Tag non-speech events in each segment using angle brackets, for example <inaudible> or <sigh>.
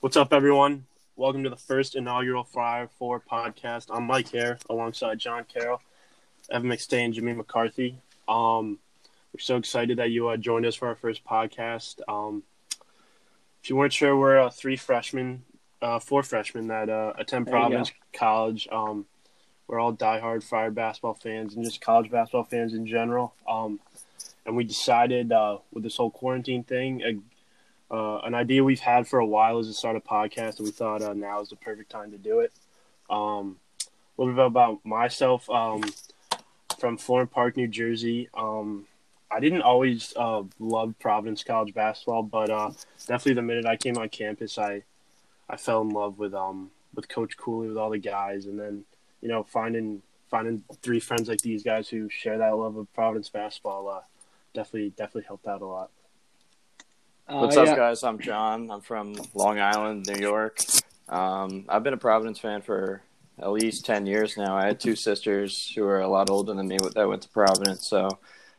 What's up, everyone? Welcome to the first inaugural Fire 4 podcast. I'm Mike here alongside John Carroll, Evan McStay, and Jimmy McCarthy. Um, we're so excited that you uh, joined us for our first podcast. Um, if you weren't sure, we're uh, three freshmen, uh, four freshmen that uh, attend There you go. Providence College. Um, we're all diehard Fire basketball fans and just college basketball fans in general. Um, and we decided uh, with this whole quarantine thing, uh, uh, an idea we've had for a while is to start a podcast, and we thought uh, now is the perfect time to do it. Um, a little bit about myself. Um, from Florham Park, New Jersey. Um, I didn't always uh, love Providence College basketball, but uh, definitely the minute I came on campus, I I fell in love with um with Coach Cooley, with all the guys, and then you know finding finding three friends like these guys who share that love of Providence basketball uh, definitely definitely helped out a lot. Uh, What's yeah. up, guys? I'm John. I'm from Long Island, New York. Um, I've been a Providence fan for at least 10 years now. I had two sisters who are a lot older than me that went to Providence. So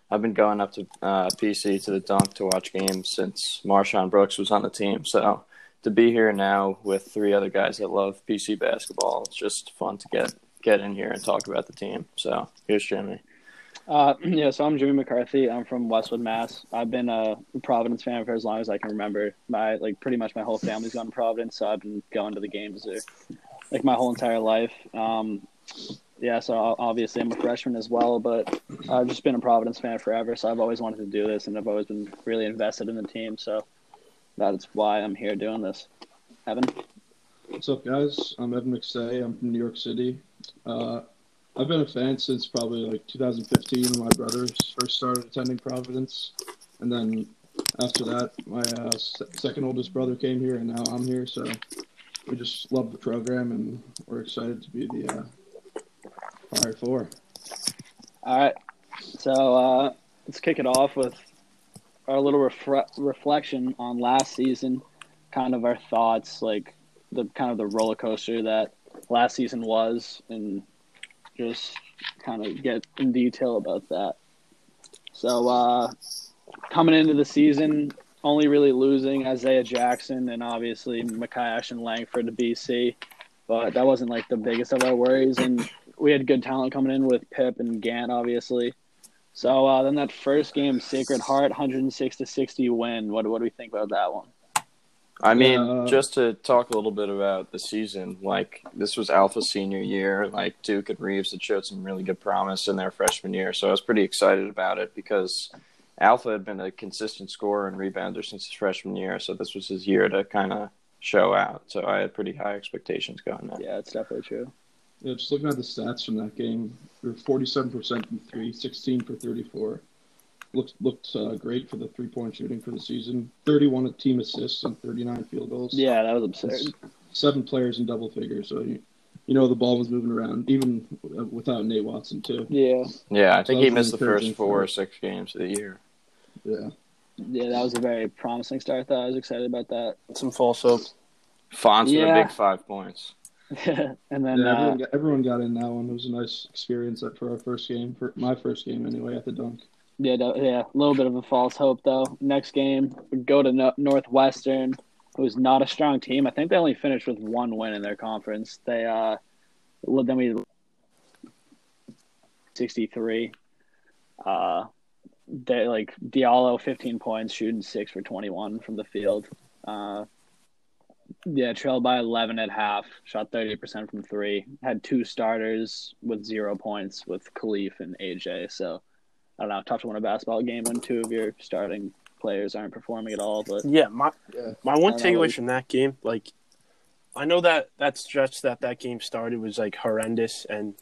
I've been going up to uh, PC to the dunk to watch games since Marshawn Brooks was on the team. So to be here now with three other guys that love PC basketball, it's just fun to get, get in here and talk about the team. So here's Jimmy. Uh, <clears throat> yeah, so I'm Jimmy McCarthy. I'm from Westwood, Mass. I've been a Providence fan for as long as I can remember. My like pretty much my whole family's gone to Providence, so I've been going to the games there, like my whole entire life. Um, yeah, so o- obviously I'm a freshman as well, but I've just been a Providence fan forever. So I've always wanted to do this, and I've always been really invested in the team. So that's why I'm here doing this. Evan, What's up, guys? I'm Evan McSay. I'm from New York City. Uh, I've been a fan since probably like 2015 when my brothers first started attending Providence, and then after that, my uh, se- second oldest brother came here, and now I'm here. So we just love the program, and we're excited to be the uh, Fire Four. All right. So uh, let's kick it off with our little refre- reflection on last season, kind of our thoughts, like the kind of the roller coaster that last season was, and just kind of get in detail about that. So uh, coming into the season, only really losing Isaiah Jackson and obviously Makai Ashton Langford to BC, but that wasn't like the biggest of our worries and we had good talent coming in with Pip and Gant, obviously. So uh, then that first game, Sacred Heart, 106 to 60 win. What what do we think about that one? I mean, Yeah. just to talk a little bit about the season, like this was Alpha senior year, like Duke and Reeves had showed some really good promise in their freshman year, so I was pretty excited about it because Alpha had been a consistent scorer and rebounder since his freshman year, so this was his year to kind of show out. So I had pretty high expectations going there. Yeah, it's definitely true. Yeah, just looking at the stats from that game, we were 47% from three, 16 for 34. Looked looked uh, great for the three point shooting for the season. 31 team assists and 39 field goals. Yeah, that was That's absurd. seven players in double figures, so you, you know the ball was moving around, even w- without Nate Watson too. Yeah, Yeah, I think That he was missed the encouraging first four for- or six games of the year. Yeah, yeah, that was a very promising start. Though I was excited about Some false hope. Fonts with Yeah. a big five points. that. <laughs> and then yeah uh, everyone, got, everyone got in that one. It was a nice experience at- for our first game, for my first game anyway at the dunk. Yeah, that- yeah, a little bit of a false hope though. Next game, we go to no- Northwestern, who's not a strong team. I think they only finished with one win in their conference. They uh, well, then we sixty three. Uh, they like Diallo fifteen points, shooting six for twenty one from the field. Uh, yeah, trailed by eleven at half. Shot thirty percent from three. Had two starters with zero points with Khalif and AJ. So. I don't know, tough to win a basketball game when two of your starting players aren't performing at all. But Yeah, my Yeah. my one I know. takeaway from that game, like, I know that that stretch that that game started was like horrendous, and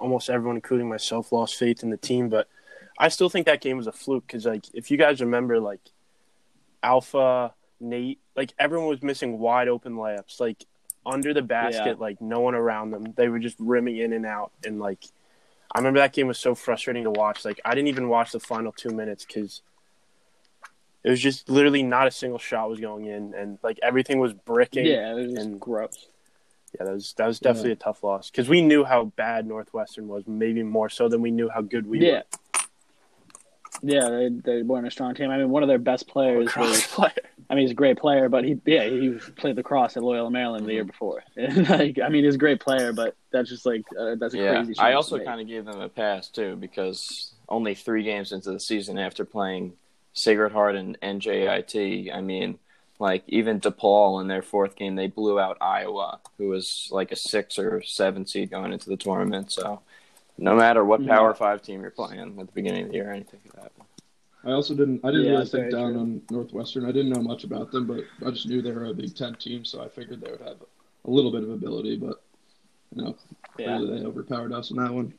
almost everyone, including myself, lost faith in the team. But I still think that game was a fluke because, like, if you guys remember, like, Alpha Nate, like everyone was missing wide open layups, like under the basket, Yeah. like no one around them. They were just rimming in and out, and like, I remember that game was so frustrating to watch. Like, I didn't even watch the final two minutes because. It was just literally not a single shot was going in, and like everything was bricking. yeah, it was just And- gross. Yeah, that was that was definitely a tough loss because we knew how bad Northwestern was, maybe more so than we knew how good we yeah. were. Yeah, they they weren't a strong team. I mean, one of their best players was. <laughs> Cross player. I mean, he's a great player, but he yeah he played the cross at Loyola Maryland Mm-hmm. the year before. <laughs> And, like, I mean, he's a great player, but that's just like uh, that's a Yeah, crazy. I also kind of gave them a pass too because only three games into the season, after playing Sigurd Hart and NJIT, I mean, like even DePaul in their fourth game, they blew out Iowa, who was like a six or seven seed going into the tournament. So, no matter what Mhm. Power Five team you're playing at the beginning of the year, anything could happen. I also didn't. I didn't Yeah, really that's think very down true. on Northwestern. I didn't know much about them, but I just knew they were a Big Ten team, so I figured they would have a little bit of ability. But you know, yeah, clearly they overpowered us in that one.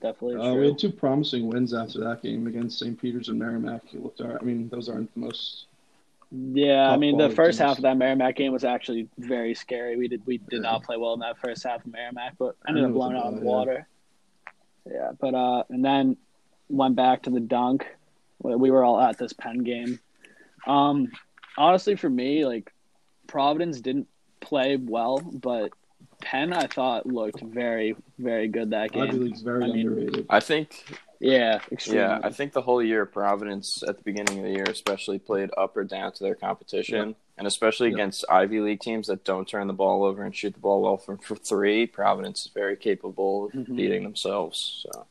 definitely Uh, we true. had two promising wins after that game against St. Peter's and Merrimack. You looked. All right. I mean, those aren't the most. Yeah, I Top mean the quality first teams. half of that Merrimack game was actually very scary. We did we did Yeah. not play well in that first half of Merrimack, but I ended know up what blowing you out of the mean, yeah. water. Yeah, but uh, and then went back to the dunk. We we were all at this Penn game. Um, honestly, for me, like Providence didn't play well, but Penn I thought looked very very good that Ivy game. League's very I mean- underrated. I think Yeah, extremely. Yeah, I think the whole year Providence at the beginning of the year especially played up or down to their competition, and especially Yeah. against Ivy League teams that don't turn the ball over and shoot the ball well from for three. Providence is very capable of Mhm. beating themselves. So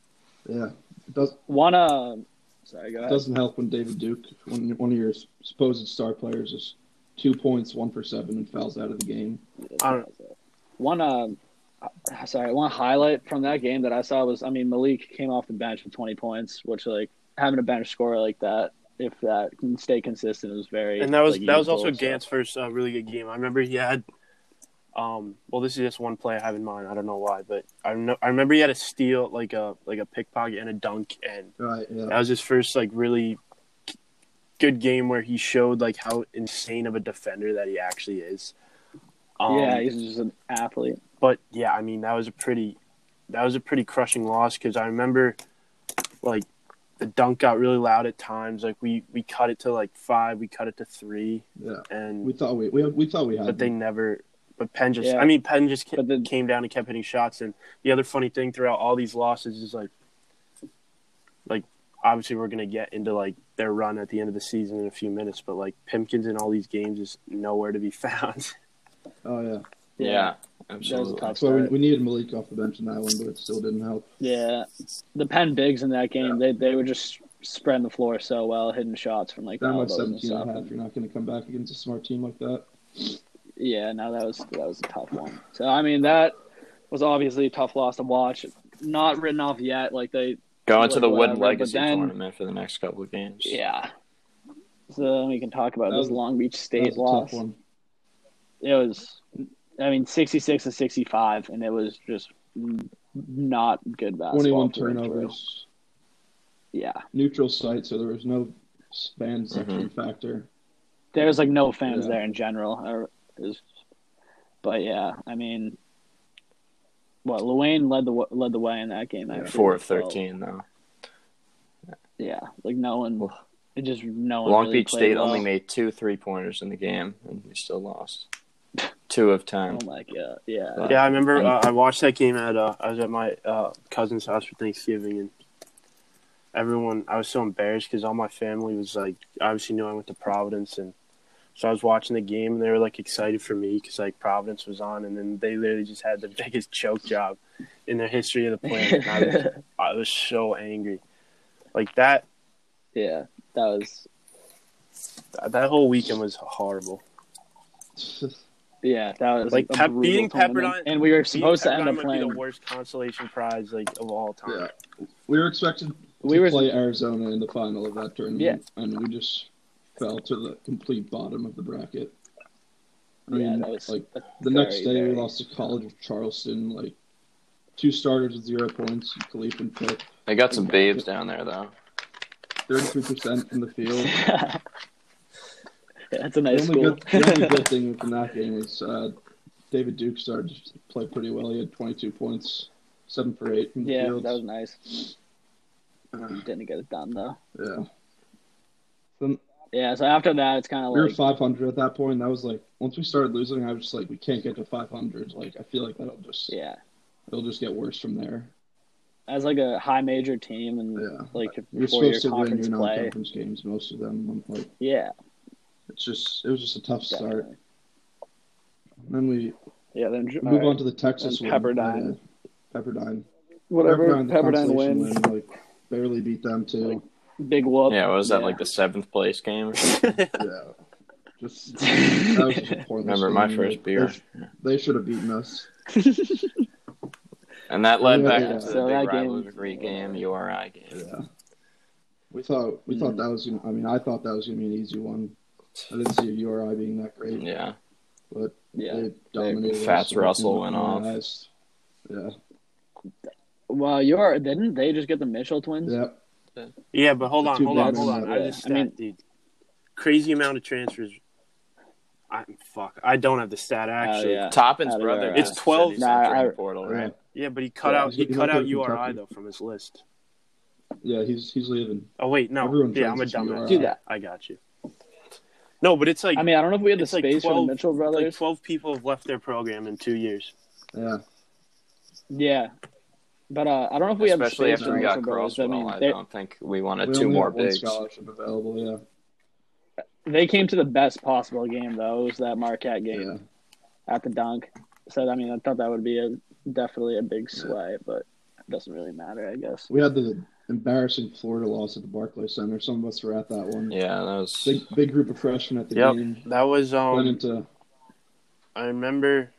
yeah, it does, one. Uh, sorry, go it ahead. doesn't help when David Duke, one one of your supposed star players, is two points, one for seven, and fouls out of the game. I don't- One, uh, sorry, one highlight from that game that I saw was, I mean, Malik came off the bench with 20 points, which like having a bench scorer like that, if that can stay consistent, is very. And that was like, that was useful, also so- Gant's first uh, really good game. I remember he had, um, well, this is just one play I have in mind. I don't know why, but I know I remember he had a steal, like a like a pickpocket and a dunk, and Right. Yeah. that was his first like really good game where he showed like how insane of a defender that he actually is. Um, yeah, he's just an athlete. but yeah, I mean that was a pretty that was a pretty crushing loss because I remember like the dunk got really loud at times. Like we we cut it to like five, we cut it to three, Yeah. and We thought we we, we thought we had. but they never. But Penn just, Yeah. I mean, Penn just ca- But the- came down and kept hitting shots. And the other funny thing throughout all these losses is like, like obviously we're gonna get into like their run at the end of the season in a few minutes, but like Pimkins in all these games is nowhere to be <laughs> found. oh yeah. yeah, that was a absolutely. tough So we, start. we needed Malik off the bench in that one, but it still didn't help. Yeah, the Penn bigs in that game, they they were just spreading the floor so well, hitting shots from like Down by elbows and 17 and a stuff. half, you're not going to come back against a smart team like that. Yeah, no, that was that was a tough one. So I mean, that was obviously a tough loss to watch. Not written off yet. Like they Going to the Whatever, Wooden but Legacy then- tournament for the next couple of games. Yeah. So we can talk about That this was- Long Beach That State was a loss. tough one. It was, I mean, sixty-six to sixty-five, and it was just not good basketball. 21 through and through. turnovers. Yeah, Neutral site, so there was no span section factor. <laughs> there was like no fans Yeah. there in general. Or it was, but yeah, I mean, what Luane led the wa- led the way in that game. Actually, Four of with 12. thirteen though. Yeah, like no one. It just no one. Long really Beach played State well. only made two three pointers in the game, and we still <laughs> lost. two of ten. Oh my god! Yeah, Wow. Yeah, I remember And- uh, I watched that game at uh, I was at my uh, cousin's house for Thanksgiving, and everyone I was so embarrassed because all my family was like obviously knew I went to Providence, and so I was watching the game and they were like excited for me because like Providence was on, and then they literally just had the <laughs> biggest choke job in their history of the planet. And I, was, I was so angry, like that yeah, that was that whole weekend was horrible. Yeah, that was Like, a Pep- brutal beating tournament. Pepperdine- and we were supposed to Being end up Pepperdine would be playing. the worst consolation prize like of all time. yeah. We were expected to We were play Arizona in the final of that tournament, and we just fell to the complete bottom of the bracket. I yeah, mean, that was like, a The very, next day, very- we lost to College of Charleston, like two starters with zero points, Khalif and Pitt, They got some babes down there though. 33% from <laughs> the field. yeah, that's a nice the, only school. good, the <laughs> only good thing from that game was uh, David Duke started to play pretty well. He had 22 points, seven for eight from the yeah, field. that was nice. Uh, Didn't get it done though. yeah. Then Yeah, so after that, it's kind of we were like 500 at that point. That was like once we started losing, I was just like, we can't get to 500. Like I feel like that'll just yeah, it'll just get worse from there. as like a high major team and Yeah. like You're four year supposed to win conference your play. non-conference games, most of them. Like Yeah, it's just, it was just a tough start. definitely. And then we Yeah, then all move right. on to the Texas And win. Pepperdine. Yeah, Pepperdine. whatever the Pepperdine consolation wins. win, like barely beat <laughs> them too. Big whoop. Yeah, what was that Yeah. like the seventh place game? or something? yeah. <laughs> Just that was just a pointless Remember my game. first They- beer, They, should have beaten us. and that led Yeah, back yeah. into the So that big game- rivalry game, URI game. Yeah. We thought Hmm. we thought that was gonna. I mean, I thought that was gonna be an easy one. I didn't see URI being that great, Yeah, but <laughs> Yeah. they dominated. Fats us. Russell went off. Nice. Yeah. Well, you're didn't they just get the Mitchell twins? Yeah. Yeah, but hold on, Two hold on, bigs. hold on. I Yeah. just I mean- stat, dude. Crazy amount of transfers. I fuck. I don't have the stat actually. Oh, yeah. Toppin's Out of brother. URI. has It's 12. said he's Nah, entering I- the portal, right? Yeah, but he cut Yeah, out. he- He he cut went out to URI Kentucky. though from his list. Yeah. He's he's leaving. Oh wait, no. Everyone yeah, I'm a transfers to dumbass. URI. Do that. I got you. No, but it's like I mean, I don't know if we had the It's like space for 12 the Mitchell like brothers. 12 people have left their program in two years. Yeah. yeah, but uh, I don't know if we had the Especially space Spaced for after the we got Mitchell brothers. I Crosswell, I, mean, they, don't think we wanted We two only more have one bigs. scholarship available. Yeah. they came to the best possible game though. It was that Marquette game Yeah. at the dunk. So I mean, I thought that would be a definitely a big sway, but it doesn't really matter, I guess. We had the embarrassing Florida loss at the Barclays Center. Some of us were at that one. Yeah, that was. Big big group of freshmen at the Yep. game. That was Went um. into I remember.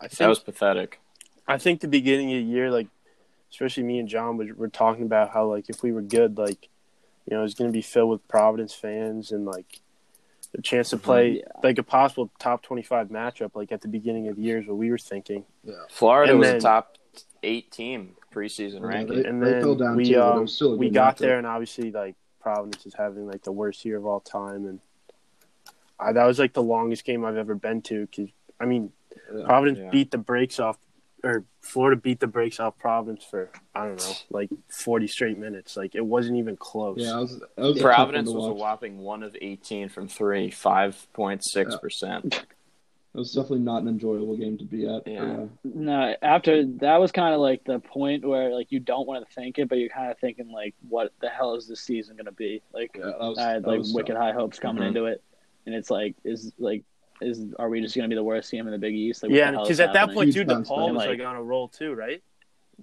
I think That was pathetic. I think the beginning of the year, like especially me and John was, were talking about how like if we were good, like you know, it's going to be filled with Providence fans and like the chance to play like a possible top twenty-five matchup, like at the beginning of the year is what we were thinking. Florida And was a then- top eight team preseason Yeah, ranking. uh, They- and they then fell down we too, but it um, was still a we good got matchup. there, and obviously like Providence is having like the worst year of all time, and I, that was like the longest game I've ever been to. Cause I mean, Yeah. Providence Yeah. beat the brakes off, or Florida beat the brakes off Providence for I don't know, like forty straight minutes. Like it wasn't even close. Yeah, I was, that was a tough Providence one to was a watch. whopping one of 18 from three, 5.6%. It was definitely not an enjoyable game to be at. Uh, Yeah. No, after that was kind of like the point where like you don't want to think it, but you're kind of thinking like, what the hell is this season gonna be? Like, Yeah, that was, I had that like was wicked tough. high hopes coming Mhm. into it, and it's like, is like, is are we just gonna be the worst team in the Big East? Like, what Yeah, the hell is because at that happening? point, Huge dude, bounce DePaul was back. like on a roll too, right?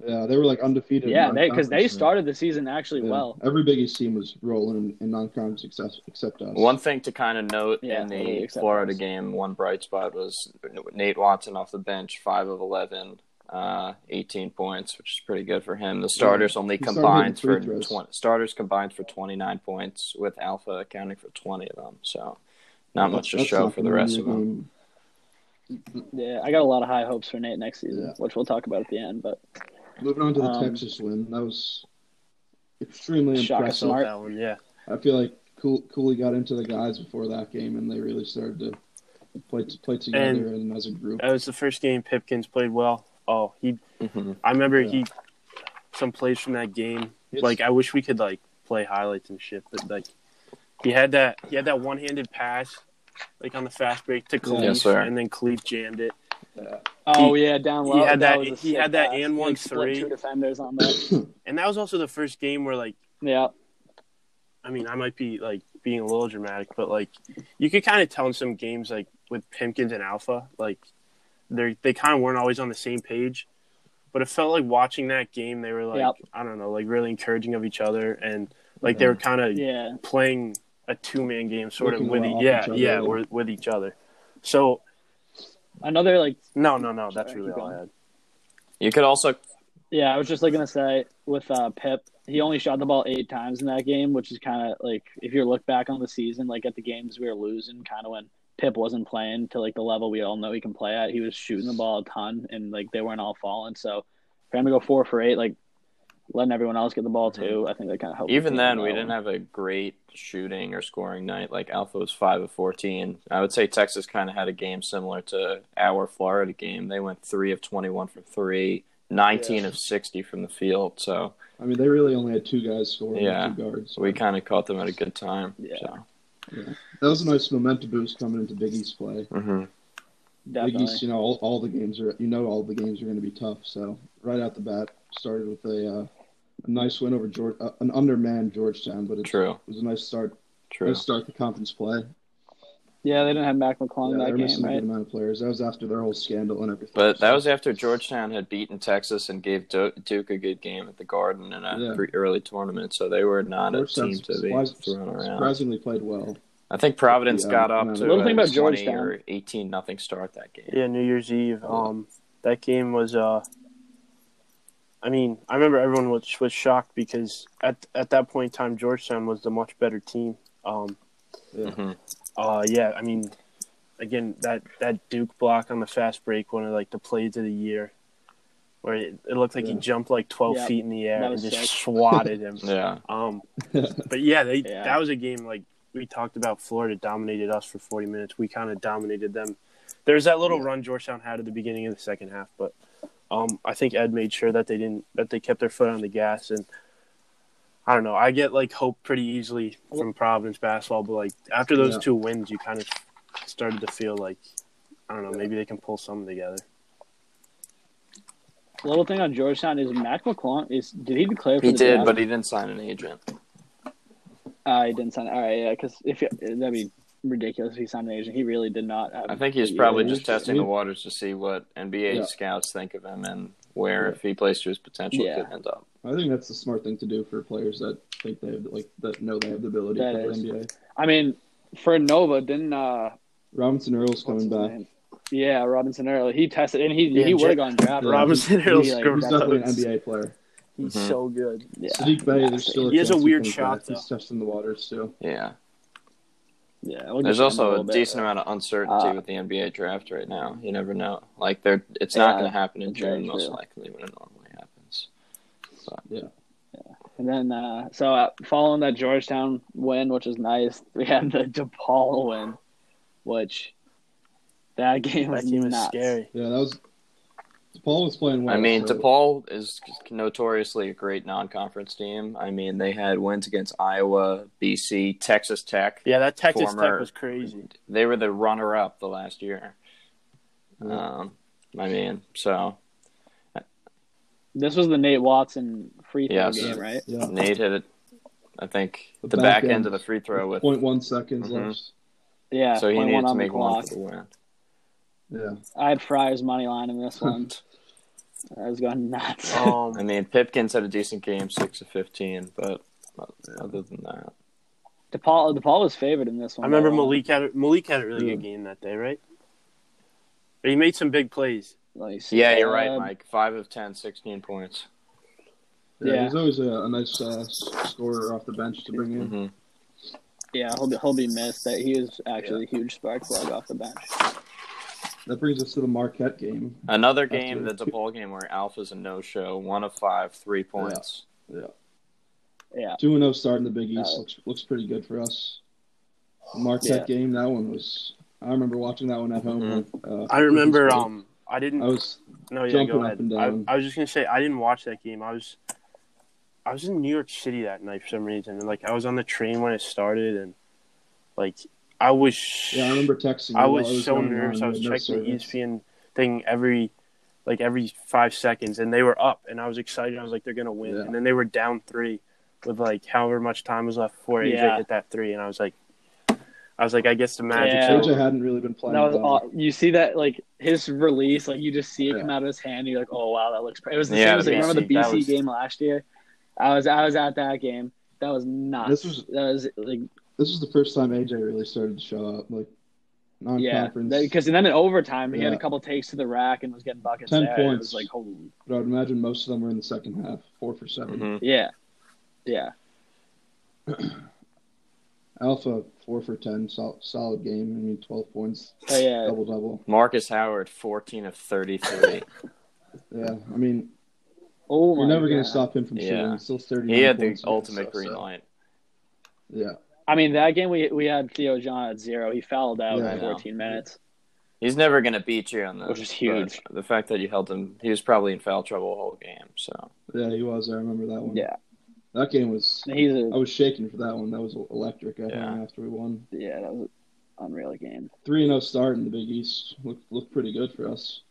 Yeah, they were like undefeated. in yeah, they because they non-conference. started the season actually Yeah. well. Every Big East team was rolling in non-conference except, except us. One thing to kind of note Yeah, in totally the accept Florida those. game, one bright spot was Nate Watson off the bench, 5 of 11, uh, 18 points, which is pretty good for him. The starters only He started combined for hitting free throws. 20, starters combined for 29 points with Alpha accounting for 20 of them. So not much to That's show not for the gonna rest be of a them. game. Yeah, I got a lot of high hopes for Nate next season, Yeah. which we'll talk about at the end. But Moving on to the Um, Texas win, that was extremely Shaka impressive. Smart. That one, yeah. I feel like Cool, Cooley got into the guys before that game, and they really started to play play together and, as a group. That was the first game Pipkins played well. Oh, he. Mhm. I remember Yeah. he some plays from that game. It's- Like I wish we could like play highlights and shit, but like he had that he had that one handed pass like on the fast break to Khalif, Yes, sir. and then Khalif jammed it. oh yeah, down he low. had that- was a he sick had that pass. and He, one like, split three. two defenders on that. And that was also the first game where like yeah, I mean I might be like being a little dramatic, but like you could kind of tell in some games like with Pimpkins and Alpha, like they they kind of weren't always on the same page. But it felt like watching that game, they were like Yep. I don't know, like really encouraging of each other, and like they were kind of yeah. playing a two man game sort Working of with well e- off yeah each other, yeah yeah. with, with each other. So Another like no no no that's Sorry, really keep all I going. had. You could also Yeah, I was just like gonna say with uh, Pip, he only shot the ball eight times in that game, which is kind of like if you look back on the season, like at the games we were losing, kind of when Pip wasn't playing to like the level we all know he can play at, he was shooting the ball a ton, and like they weren't all falling. So for him to go four for eight, like letting everyone else get the ball too, I think that kind of helped. the Even team then, out. we didn't have a great shooting or scoring night. Like Alpha was five of fourteen. I would say Texas kind of had a game similar to our Florida game. They went three of twenty-one from three, 19 of sixty from the field. So I mean, they really only had two guys scoring, Yeah. two guards. we kind of caught them at a good time. Yeah. So. That was a nice momentum boost coming into Big East play. Mhm. Big Definitely. East, you know, all, all the games are you know all the games are going to be tough. So right out the bat, started with a uh, a nice win over George, uh, an undermanned Georgetown, but it True. was a nice start. True. Nice start to conference play. Yeah, they didn't have Mac Yeah, McClung they're that missing game, a good right? amount of players. That was after their whole scandal and everything. But that So, was after Georgetown had beaten Texas and gave Du- Duke a good game at the Garden in a Yeah. pre- early tournament, so they were not a team Georgetown's to be surprise- thrown around. surprisingly played well. I think Providence Yeah, got yeah. up to Little a thing about 20 or Georgetown. 18 nothing start that game. Yeah, New Year's Eve. Um, that game was. Uh, I mean, I remember everyone was was shocked because at at that point in time, Georgetown was the much better team. Um, Yeah. Mhm. uh, yeah, I mean, again, that that Duke block on the fast break, one of like the plays of the year, where it, it looked like he Yeah. jumped like twelve Yeah, feet in the air that and was just sick. swatted him. <laughs> Yeah. <laughs> Um, but yeah, they Yeah. that was a game like we talked about. Florida dominated us for forty minutes. We kind of dominated them. There's that little run Georgetown had at the beginning of the second half, but um, I think Ed made sure that they didn't that they kept their foot on the gas. And I don't know, I get like hope pretty easily from Providence basketball, but like after those Yeah. two wins, you kind of started to feel like I don't know, maybe they can pull something together. Little thing on Georgetown is Mac McClung is did he declare for He the did, draft? but he didn't sign an agent. Uh, he didn't sign. All right, yeah, because if he- that'd be ridiculous if he signed an agent. He really did not. Have, I think he was Yeah, probably he just was- testing he- the waters to see what NBA Yeah. scouts think of him and where, Yeah. if he plays to his potential, Yeah. could end up. I think that's the smart thing to do for players that think they have like that know they have the ability That to play is. NBA. I mean, for Nova, didn't uh, Robinson Earl's what's coming his back. name? Yeah, Robinson Earl. He tested, and he Yeah, he J- would have gone drafted. Yeah. Robinson He, Earl like, screwed He's up. definitely an Robinson. NBA player. He's Mhm. so good. Yeah. Sadiq Bay, there's still a He has a chance weird comes shot, back. He's testing the waters too. Yeah. Yeah, we'll There's get him also a, little bit. decent amount of uncertainty Uh, with the NBA draft right now. You never know. Like they're it's not Yeah, going to happen in that's very June most true. likely when it normally happens. And then, uh, so uh, following that Georgetown win, which is nice, <laughs> we had the DePaul win, which that <laughs> game was That game is nuts. scary. Yeah, that was. Paul was playing well. I mean, so- DePaul is notoriously a great non-conference team. I mean, they had wins against Iowa, BC, Texas Tech. Yeah, that Texas Former- Tech was crazy. They were the runner-up the last year. Yeah. Um, I mean, so This was the Nate Watson free throw Yes. game, right? Yeah. Nate hit it. I think The the, back, back end, end. of the free throw with Point one seconds Mhm. left. Yeah. so he 21 needed to on the make one clock. for the win. Yeah. I had Fry's money line in this <laughs> one. I was going nuts. Oh. Um, I mean, Pipkins had a decent game, six of fifteen, but other than that, <laughs> DePaul, DePaul was favored in this one. I remember by a lot. Malik had a- Malik had a really good game that day, right? But he made some big plays. Let me see. yeah, you're right, Um, Uh, Mike. Five of 10, 16 points. Yeah, Yeah. There's always a, a nice uh, s- scorer off the bench to bring in. hmm Yeah, he'll be, he'll be missed. That he is actually a huge spark plug off the bench. That brings us to the Marquette game. Another That's game it. that's a ball game where Alpha's a no show, one of five, three points. Yeah, Two and zero start in the Big East Uh, looks looks pretty good for us. The Marquette game, that one was. I remember watching that one at home. Uh, Mm-hmm. I remember. Um, I didn't. I was no, yeah, jumping go up ahead. and I, down. I was just gonna say I didn't watch that game. I was, I was in New York City that night for some reason, and like I was on the train when it started, and like I was. yeah, I remember texting. you I while was, so going on. nervous. You I had was no checking the E service. ESPN thing every, like every five seconds, and they were up, and I was excited. I was like, they're gonna win, Yeah. and then they were down three, with like however much time was left before AJ Yeah. hit that three, and I was like, I was like, I guess the Yeah. Magic's AJ over. hadn't really been that playing. was well. aw- you see that like his release, like you just see it Yeah. come out of his hand. And you're like, oh wow, that looks. Pr-. It was the Yeah, same the as like, remember the BC, that BC was- game last year. I was I was at that game. That was nuts. This was- that was like This was the first time AJ really started to show up, like yeah non-conference. because and then in overtime he had Yeah. a couple takes to the rack and was getting buckets. 10 there. It points. was like holy But I would imagine most of them were in the second half, four for 7 hmm yeah yeah Mm-hmm. Alpha four for ten, sol- solid game. I mean, twelve points, oh, yeah. double double. Marcus Howard, 14 of <laughs> 33. Yeah, I mean, Oh my we're never God. going to stop him from Yeah. shooting. It's Still thirty. he had the points against ultimate us, green so- light. Yeah, I mean, that game we we had Theo John at zero. He fouled out Yeah, in I know. 14 minutes. He's never going to beat you on this. Which is huge. but The fact that you held him, he was probably in foul trouble the whole game. So yeah, he was. I remember that one. Yeah. that game was. And He's I a was shaking for that one. That was electric. I think Yeah. after we won. yeah. That was, unreal game. Three and zero start in the Big East looked looked pretty good for us.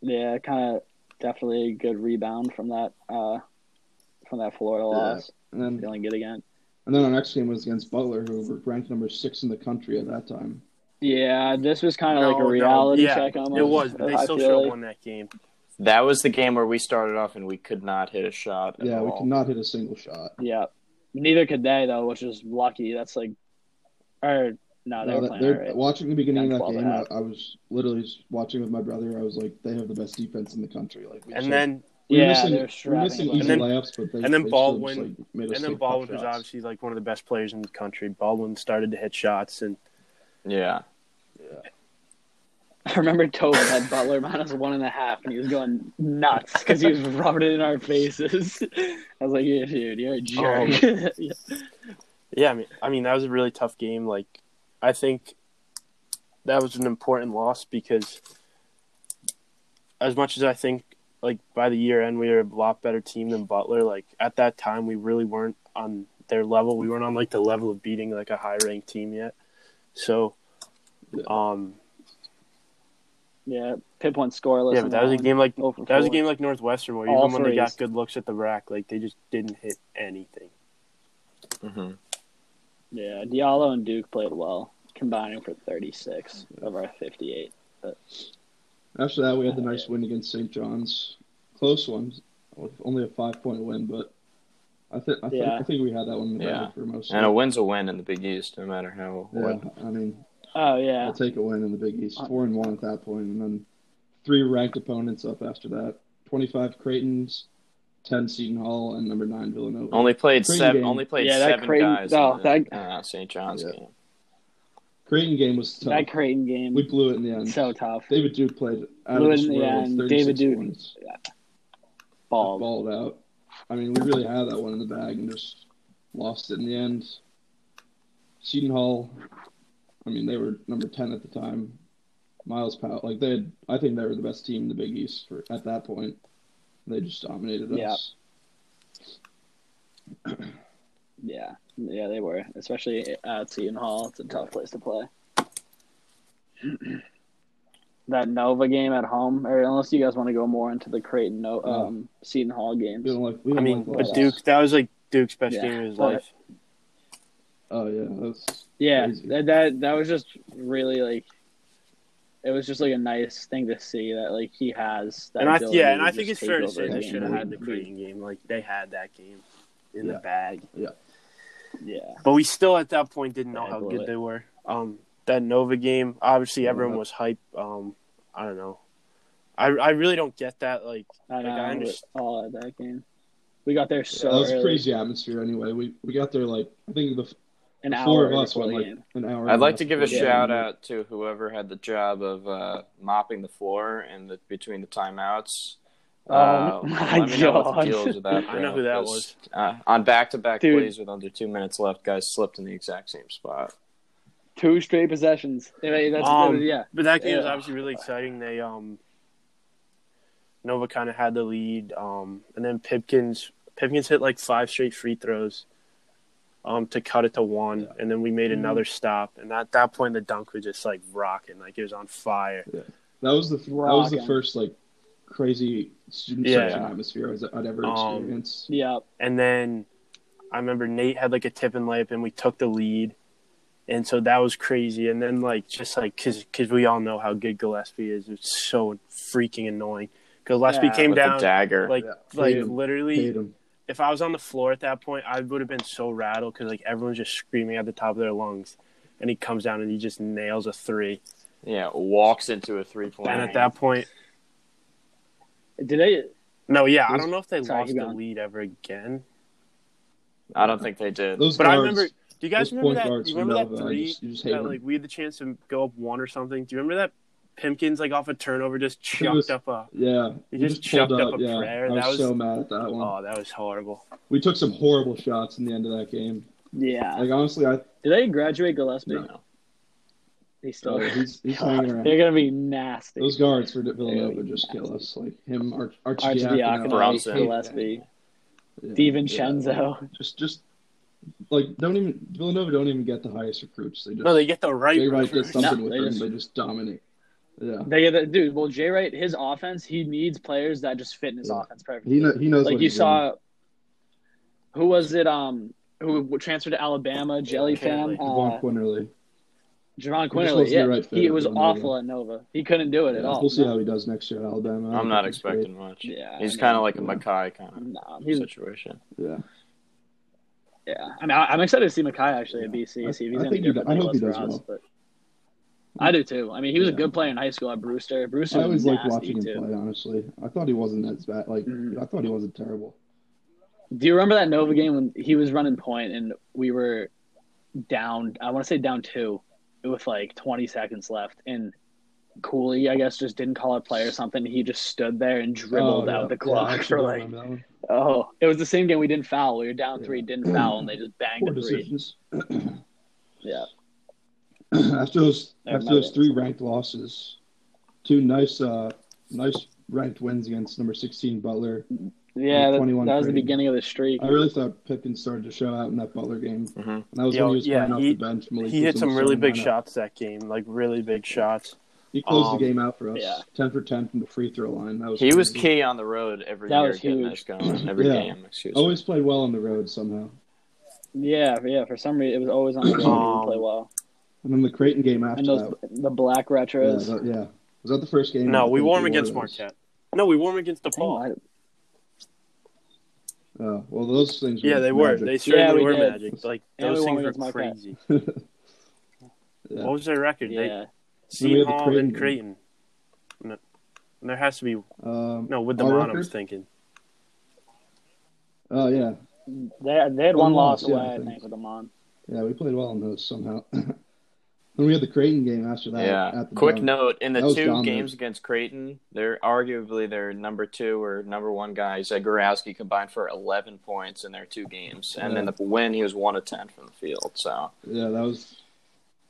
Yeah, kind of definitely a good rebound from that uh, from that Florida Yeah. loss. And then Feeling good again. and then our next game was against Butler, who were ranked number six in the country at that time. Yeah, this was kind of No, like a no, reality yeah, check almost. It was, but they I still feel should have like. won that game. That was the game where we started off and we could not hit a shot. At Yeah, we all. could not hit a single shot. Yeah. Neither could they though, which is lucky. That's like, or no, they were No, that- playing they're- all right. Watching the beginning of that 10-12 game, I, out. I was literally just watching with my brother. I was like, they have the best defense in the country. Like, we should- And then we were Yeah, missing, they we were were strapping missing them. easy And then- layups, but they, and then they still just, Baldwin- like, made us and then take Baldwin tough was shots. obviously like one of the best players in the country. Baldwin started to hit shots, and Yeah. <laughs> I remember Tobin had Butler minus one and a half, and he was going nuts because he <laughs> was rubbing it in our faces. <laughs> I was like, yeah, dude, you're Oh, a jerk. <laughs> Yeah. yeah, I mean, I mean that was a really tough game. Like, I think that was an important loss because as much as I think like by the year end we were a lot better team than Butler. Like at that time we really weren't on their level. We weren't on like the level of beating like a high ranked team yet. So, um, yeah, Pip went scoreless. yeah, but in that was a one. game like Oh, for That was a four. game like Northwestern where All even when they got threes. good looks at the rack, like they just didn't hit anything. hmm Yeah, Diallo and Duke played well, combining for 36 of our 58. After that, we had the Uh, nice win against St. John's, close one, only a five point win, but I think I, thi- Yeah. I think we had that one in the Yeah. bag for most. of And a it. win's a win in the Big East, no matter how. yeah, What. I mean, Oh yeah, Uh, I'll take a win in the Big East, four and one at that point, and then three ranked opponents up after that: twenty-five Creighton's, ten Seton Hall, and number nine Villanova. Only played Creighton seven. game. Only played Yeah, that seven Creighton- guys. no, in that- the, uh, St. John's Yeah. game. Creighton game was tough. that Creighton game we blew it in the end. so tough. David Duke played out Blew of it this in the world. end. 36 David Duke. points. Bald. balled out. I mean, we really had that one in the bag and just lost it in the end. Seton Hall, I mean, they were number ten at the time. Miles Powell, like they had, I think they were the best team in the Big East for, at that point. They just dominated Yeah. us. Yeah, yeah, they were, especially at Seton Hall. It's a tough place to play. <clears throat> that Nova game at home, or unless you guys want to go more into the Creighton no, No. um, Seton Hall games. We don't like. We I don't mean, like the but loss. Duke, that was like Duke's best Yeah. game of his But- life. Oh yeah, that's Yeah, Crazy. that, that that was just really like it was just like a nice thing to see that like he has. That And I ability yeah, and I just think it's take fair to over say a they game. should have had the Be- Creighton game. Like they had that game in Yeah. the bag, Yeah, but we still at that point didn't know Yeah, how blew good it. they were. Um, that Nova game, obviously Yeah. everyone was hype. Um, I don't know. I I really don't get that. Like I Like, I know. underst- uh, all of that game. We got there so that was early, crazy atmosphere. Anyway, we we got there like I think the, an the hour four of us before went the like game. an hour. and I'd like half to give a before the shout game. out to whoever had the job of uh, mopping the floor and the, between the timeouts. Oh, Uh, my let me know what the God. deal is with that, I know bro, who that 'cause, was. Uh, on back-to-back Dude. plays with under two minutes left, guys slipped in the exact same spot. two straight possessions. I mean, that's Um, yeah. But that game was Yeah. obviously really exciting. They um Nova kind of had the lead, um, and then Pipkins Pipkins hit like five straight free throws, um, to cut it to one, and then we made another stop. And at that point, the dunk was just like rocking, like it was on fire. That was the that was the Rockin'. first like crazy student Yeah. section atmosphere I was- I'd ever Um, experienced. Yeah. And then I remember Nate had like a tip and layup, and we took the lead, and so that was crazy. And then like just like because we all know how good Gillespie is, it's so freaking annoying. Gillespie Yeah. came with down a dagger. like Yeah. like Hate 'em. literally Hate 'em. if I was on the floor at that point, I would have been so rattled because like everyone's just screaming at the top of their lungs, and he comes down and he just nails a three. yeah, walks into a three-point. And at that point, Did they? no, yeah, I don't know if they Sorry, lost keep the going. lead ever again. I don't think they did. Those But I guards, remember. Do you guys those remember point that? guards You from remember that Nova, I three just- you just hate that 'em. like we had the chance to go up one or something? Do you remember that? Pimpkins like off a turnover just It chucked was- up a. yeah, He we just pulled chucked up a yeah, prayer. I was, That was- so mad at that one. Oh, that was horrible. we took some horrible shots in the end of that game. Yeah. Like honestly, I Did they graduate Gillespie? No. They still. oh, he's, he's hanging around. They're gonna be nasty. Those guards for Villanova Dude, just kill us. Like him, Arch, Archie, Archie Diacono, Diacono, Bronson. Gillespie, yeah, Steve yeah. DiVincenzo. Just just like don't even Villanova don't even get the highest recruits. They just No, they get the right. Jay Wright recruit. does something No, with they them. just- They just dominate. Yeah, They get that dude. Well, Jay Wright, his offense, he needs players that just fit in his Yeah. offense perfectly. he know, he knows. like what you he's saw, who was it? Um, who transferred to Alabama? Jelly fam, Cantley. doing. Javon uh, Quinterly. Javon He just Quinterly. wasn't the Yeah, right fit he at was Villanova. awful at Nova. He couldn't do it at Yeah, all. We'll see No. how he does next year at Alabama. I I'm think not he's great. expecting much. Yeah, he's I kind of know. like a Mackay kind Nah, of he's situation. Yeah, yeah. I mean, I, I'm excited to see Makai actually at Yeah. BC. I- see if he's going I to think do he what do- I he hope was he for does us. well. But I do too. I mean, he was a Yeah. good player in high school at Brewster. Brewster I always was like nasty watching him too. play. Honestly, I thought he wasn't that bad. Like Mhm. I thought he wasn't terrible. Do you remember that Nova game when he was running point and we were down? I want to say down two, with like 20 seconds left, and Cooley, I guess, just didn't call a play or something. He just stood there and dribbled Oh, yeah. out the Yeah, I clock actually for don't like. remember that one. Oh, it was the same game we didn't foul. We were down Yeah. three, didn't foul, and they just banged poor a three. decisions. <clears throat> Yeah, after those I after those remember. three ranked losses, two nice uh nice ranked wins against number sixteen Butler. yeah. That, 21 that was the three. beginning of the streak. I really thought Pickens started to show out in that Butler game, Mhm. and that was Mm-hmm. Yo, when he was yeah, playing off he- the bench. Malik He was hit in some the really starting big lineup. shots that game, like really big shots. He closed Um, the game out for us, yeah. ten for ten from the free throw line. That was He was crazy. key on the road every That year, was getting huge. us going every Yeah. game. Excuse me. Always played well on the road somehow. Yeah, yeah. For some reason, it was always <clears throat> on the road. and he didn't play well. And then the Creighton game after And those that. the black Yeah, retros. that- yeah. was that the first game? I No, think we won him won against those. Marquette. No, we won him against DePaul. Oh, well, those things. Yeah, they were. They magic. certainly we were did. magic. Like And those we won things against were Marquette. <laughs> crazy. Yeah. What was their record? They yeah. Then we had the Seahall Creighton and game. Creighton. No, there has to be Um, no with the our mon. I was record? thinking. Oh yeah, They they had one One loss loss, yeah, away, I I think. think, with them on. yeah, we played well on those somehow. <laughs> then we had the Creighton game after that. yeah. at the Quick dome. note: in the That was two dominant. games against Creighton, they're arguably their number two or number one guy, Zagorowski, combined for 11 points in their two games, and then Yeah. the win, he was one of 10 from the field. So Yeah, that was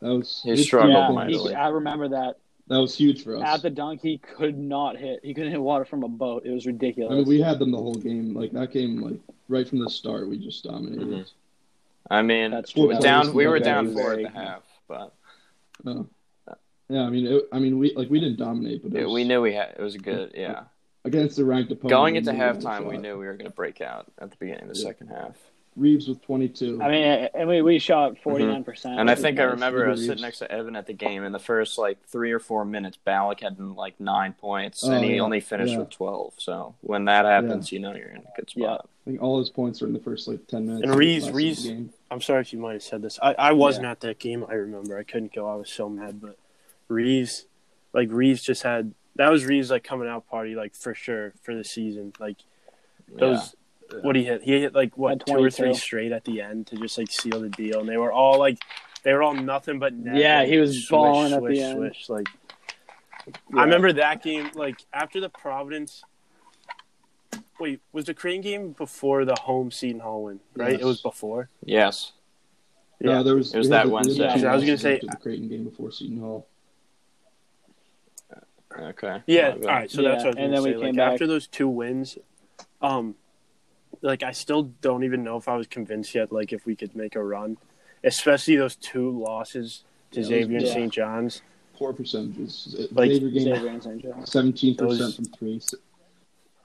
that was He huge- struggled yeah, yeah, mightily. he, I remember that. That was huge for us. At the dunk, he could not hit. He couldn't hit water from a boat. It was ridiculous. I mean, we had them the whole game. Like that game, like right from the start, we just dominated. Mhm. I mean, That's Well, true. that down was we not were bad. down He was four and a very- half, but Mm-hmm. Oh. Yeah, I mean, it, I mean, we like we didn't dominate, but it yeah, was- we knew we had it was a good. Yeah, against the ranked opponent. going we into knew we had a halftime, we shot. knew we were going to break out at the beginning of the uh, Yeah. second half. Reeves with twenty two. I mean, and we, we shot forty nine percent. Mm-hmm. And I was think I nice. remember Those I were was sitting huge. next to Evan at the game in the first like three or four minutes. Balak had like nine points, Oh, and he yeah. only finished Yeah. with twelve. So when that happens, you know you're in a good spot. I think all his points were in the first like ten minutes. And of the Reeves- last Reeves- game. I'm sorry if you might have said this. I, I wasn't Yeah. at that game. I remember. I couldn't go. I was so mad. But Reeves, like Reeves, just had that was Reeves like coming out party like for sure for the season. Like those, what he hit, he hit like what Had two or three 22. straight at the end to just like seal the deal. And they were all like, they were all nothing but net, Yeah, like, he was balling at the end. Like I remember that game. Like after the Providence. Wait, was the Crane game before the home Seton Hall win? Right, Yes. it was before. Yes, No, there was, It was we had that the- we had the Wednesday. two Yeah, I was gonna losses say- after the Creighton game before Seton Hall. okay, Yeah, Well, all right. So that's Yeah, what I was and gonna then we say. Like came back. after those two wins, um, like I still don't even know if I was convinced yet. Like if we could make a run, especially those two losses to Yeah, those- Xavier and yeah. St. John's. Poor percentages. Like- Xavier game Xavier and St. <laughs> John's. seventeen Those- percent from three. s-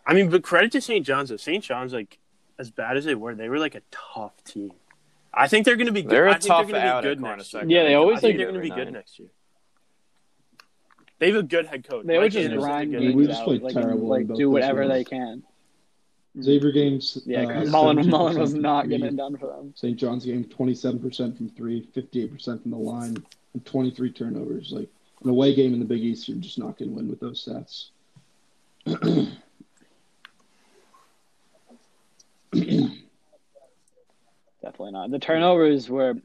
I mean, but credit to St. John's. Though St. John's, like as bad as they were, they were like a tough team. I think they're gonna be. good. They're I a think they're tough gonna be out at good Corner next year. Second. Yeah, they always, I think like, they're gonna be every good night. next year. They have a good head coach. They would Mike just Anderson's a grind good Yeah, head we games just out, played like, terrible and, in like both do those whatever they games. can. Xavier games. Yeah, uh, 'cause <laughs> Mullen 17% Mullen was <laughs> from not three. getting it done for them. St. John's game, 27% from three, 58% from the line, and 23 turnovers. Like an away game in the Big East, you're just not going to win with those stats. Definitely not. The turnovers were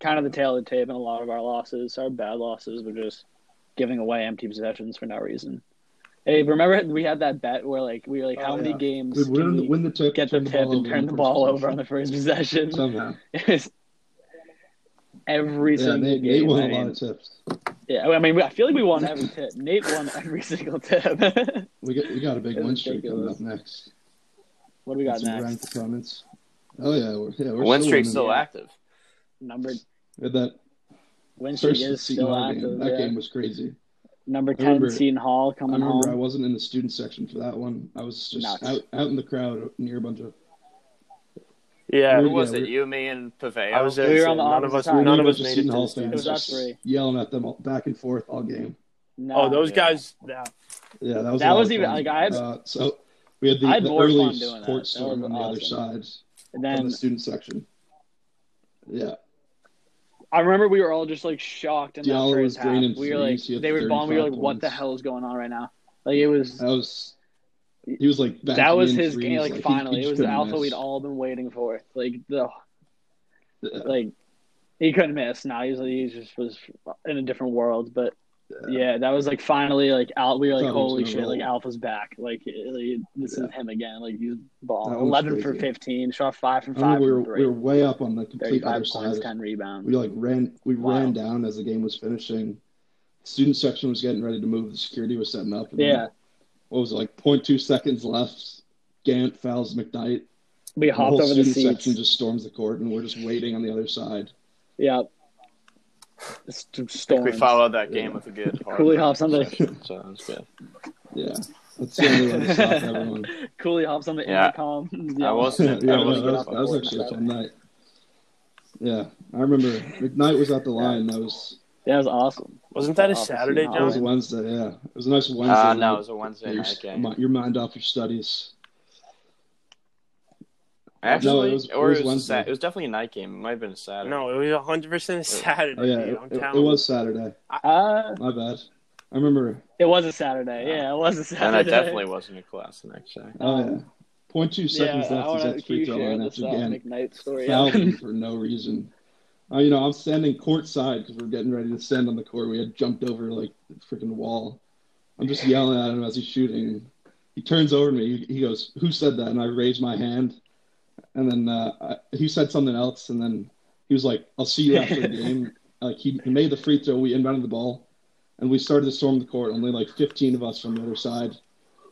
kind of the tail of the tape in a lot of our losses. Our bad losses were just giving away empty possessions for no reason. Hey, remember we had that bet where like we were like, Oh, how many yeah. games We can win, the- we win the tip, get the turn tip ball and over turn in the first ball possession. over on the first possession? <laughs> <laughs> somehow. It was every Yeah, single Nate, Nate game. won I a lot mean- of tips. yeah, I mean, I feel like we won every tip. Nate won every <laughs> single tip. what We got we got a big It was win streak coming ridiculous. up next. do we got Some next? ranked opponents. Oh yeah, we're, yeah. We're Win streak's winning. still active. Number We had that win streak first is Seton still Hall active. game. That yeah. game was crazy. Number I ten, remember- Seton Hall I coming remember I home. wasn't in the student section for that one. I was just Nuts. out, out in the crowd near a bunch of Yeah, Who Yeah, was it? we- You, me, and Paveo. I was there. We were too. on the none of opposite us, side. none of We us were made it just to Seton the Hall stand. fans It was us just three. yelling at them all, back and forth all game. No, Oh, those Yeah. guys. Yeah. Yeah, that was a That lot was of even- fun. like, I had- uh, so we had the, I had the more early fun doing that. That sports storm was on the other awesome. side and from then the student section. Yeah, I remember we were all just like shocked in that Diallo was first half. draining We were like, threes. He had they were balling. We were like, 35 what the points. hell is going on right now? Like it was that was he was like that backing was in his threes, game. Like, he- he finally, just it was the couldn't alpha miss. we'd all been waiting for. Like the Yeah. like he couldn't miss. Now he's he just was in a different world. But yeah, that was like finally like Al. We were like, Thought he was holy gonna shit! Like roll. Alpha's back. Like, it- like, this is him again. Like he's ball That was eleven for crazy. fifteen. Shot five from I remember five we from were, we three. were way up on the complete Thirty-five other points, side. ten rebounds. We like ran we Wow. ran down as the game was finishing. Student section was getting ready to move. The security was setting up. and then, Yeah. what was it like? 0.2 seconds left. Gant fouls McKnight. We the hopped whole over the student seats. section just storms the court, and we're just waiting on the other side. Yeah. St- I think storms. we followed that game Yeah. with a good hard Cooley run hops on the- <laughs> session, So that was good. Yeah, that's the only way <laughs> to stop everyone. Cooley hops on the Yeah. intercom. <laughs> I was- <laughs> yeah, I no, was- that, was, that was actually a fun night. Yeah, I remember McKnight was at the line. That was That was awesome. Wasn't that a Opposite Saturday, night. that was John? Wednesday. Yeah, it was a nice Wednesday. Uh, no, night. it was a Wednesday your, night game. mi- your mind off your studies. Actually, No, it was- or it was it was, a Wednesday. Sa- it was definitely a night game. It might have been a Saturday. No, it was 100% a Saturday. Oh yeah, dude. it, I'm it- telling it you. was Saturday. Uh, My bad. I remember. it was a Saturday. Yeah, it was a Saturday. <laughs> and I definitely wasn't in class the next day. Oh yeah, 0.2 seconds yeah, I left. He's wanna- at the can you free throw share line this, after uh, Gant McKnight story. <laughs> fouled him for no reason. Uh, you know, I'm standing courtside because we're getting ready to stand on the court. We had jumped over like the freaking wall. I'm just yelling at him as he's shooting. He turns over to me. He, he goes, "Who said that?" And I raise my hand. And then uh, I, he said something else. And then he was like, "I'll see you after the game." Like he, he made the free throw. We inbounded the ball, and we started to storm the court. Only like 15 of us from the other side.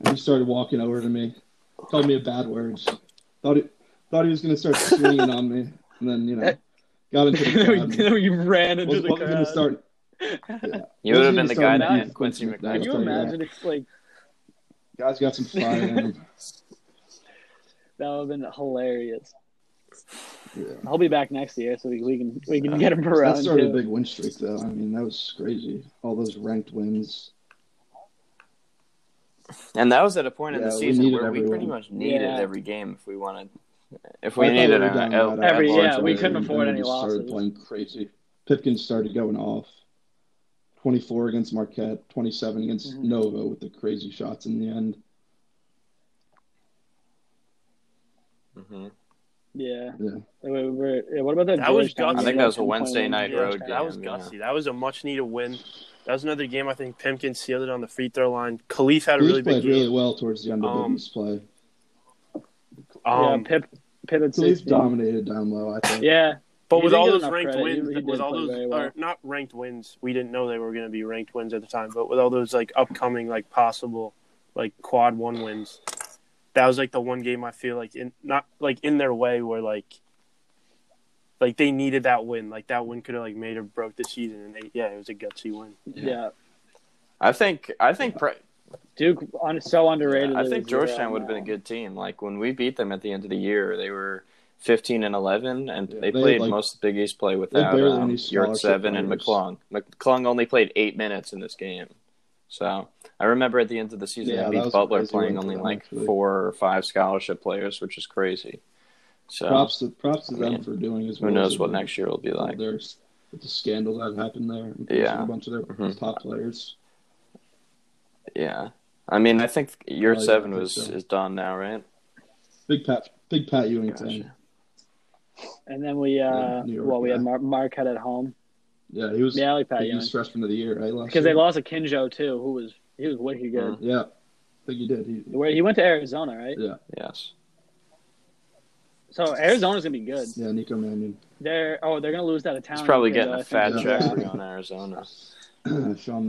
And he started walking over to me, called me a bad word. Thought he thought he was gonna start swinging on me. And then you know, got <laughs> into the crowd. and- then we ran into was the wasn't crowd. gonna start. You would have been Wasn't the he guy to starting hit off? Quincy McKnight. Could you Sorry, yeah. imagine if like Guys got some fire in him. that would have been hilarious? Yeah. I'll be back next year, so we, we can we can Yeah. get him That around. started a Too. big win streak, though. I mean, that was crazy. All those ranked wins. And that was at a point in Yeah, the we season needed where we pretty everyone. much needed Yeah. every game if we wanted, if I we thought needed were a- oh, down a- bad a Every- large yeah, we lead. couldn't and afford then any we just Started losses. playing crazy. Pipkins started going off. Twenty-four against Marquette, twenty-seven against Mhm. Nova with the crazy shots in the end. Mhm. Yeah. Yeah. Wait, wait, wait, what about that? That was Georgetown gutsy. game? I think that was a 10 point Wednesday win? night Yeah, road That was game, yeah. gutsy. That was a much needed win. That was another game I think Pimkin sealed it on the free throw line. Khalif had a Blues really big played really game. well towards the end of Um, Blues play. Yeah, Um, Pip, Pip at Blues 16. dominated down low. I think. Yeah, but He with didn't all get those enough ranked credit. He- wins, he did with all play those very well. or not ranked wins, we didn't know they were going to be ranked wins at the time. But with all those like upcoming like possible like quad one wins, that was like the one game I feel like in not like in their way where like like they needed that win. Like that win could have like made or broke the season. And they, yeah, it was a gutsy win. yeah. I think I think pre- Duke on so underrated. um, I think Georgetown would have been a good team. Like when we beat them at the end of the year, they were 15 and 11, and Yeah, they, they, played like- most of the Big East play without barely um, any Yurt scholarship Seven and players. McClung. McClung only played eight minutes in this game. So I remember at the end of the season, Yeah, they that was beat a Butler crazy playing win for only them, like actually. four or five scholarship players, which is crazy. So Props to props to I them mean, for doing as who well. knows as what they did. next year will be like. There's the scandal that happened there. and Yeah. A bunch of their Mhm. top players. Yeah. I mean, I think Yurt Oh, yeah, I Seven think was so. is done now, right? Big Pat, Big Pat Ewing fan. Gotcha. And then we, Yeah, uh, New York, well, we had yeah. Mar- Marquette at home. Yeah, he was Yeah, I like Pat Big Ewing East freshman of the year. Right? Last because they year? lost a Kinjo too, who was he was wicked good. Mhm. Yeah, I think he did. He, Where he went to Arizona, right? Uh-huh. yeah, Yes. So Arizona's gonna be good. yeah, Nico Mannion, <clears throat> They're oh they're gonna lose that Italian. He's probably kid, getting though, I a think. uh, fat think- check Yeah. for going to Arizona. Sean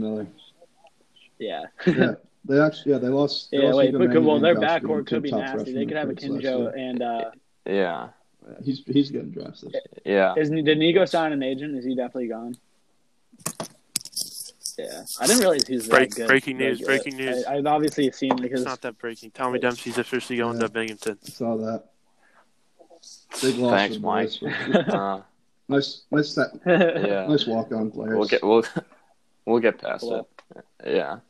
<laughs> Miller. Yeah. Yeah, they actually yeah they lost. They Yeah, lost wait, Nico but could, Mannion well, and their Josh Green, backcourt two could be top nasty. freshmen They could have a recruits last Kinjo year. and uh, Yeah. He's he's getting drafted. <laughs> Yeah. Isn't did Nigo sign an agent? Is he definitely gone? Yeah, I didn't realize he's Break- that good. breaking news, Like, uh, breaking news. I, I've obviously seen like his. <laughs> It's not that breaking. Tommy Dempsey's officially going to Binghamton. Saw that. Big loss. Thanks, for the Mike. Bulls, but Uh, nice, nice, sta- <laughs> yeah. nice walk on players. We'll get we'll <laughs> we'll get past Cool. it. Yeah,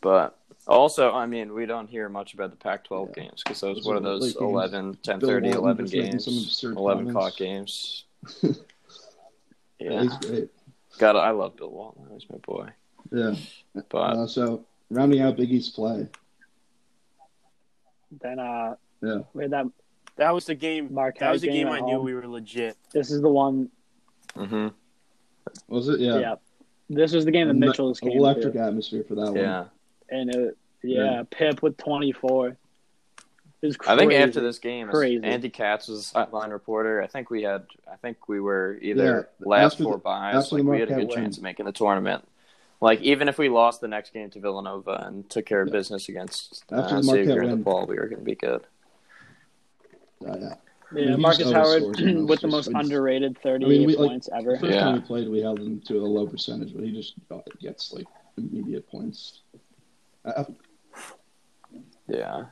but also, I mean, we don't hear much about the Pac-12 Yeah. games because those Those were are those late games. 11, 10, Bill 30, Walton 11 just making some games, absurd eleven comments. o'clock <laughs> games. Yeah, Yeah, he's great. God, I love Bill Walton. He's my boy. Yeah. But Uh, so rounding out Big East play. Then uh, Yeah. we had that That was the game. Marquette That was the game at I knew home. we were legit. This is the one. mhm, Was it? Yeah. Yeah. This was the game that Ele- Mitchell's came Electric to, atmosphere for that one. yeah, and it, yeah, Yeah. Pip with twenty four. It was I think crazy. after this game, Crazy. Andy Katz was a sideline reporter. I think we had, I think we were either Yeah, last after the- four buys. after Like the we had a good Marquette win. chance of making the tournament. Like even if we lost the next game to Villanova and took care of Yeah. business against After uh, the Marquette Xavier and the win. Paul, we were going to be good. Uh, yeah. I Yeah, mean, Marcus he's Howard always <clears throat> scores in those with the most situations. underrated 38 I mean, we, like- points The ever. first Yeah. time we played, we held him to a low percentage, but he just uh, gets like immediate points. Uh, Yeah,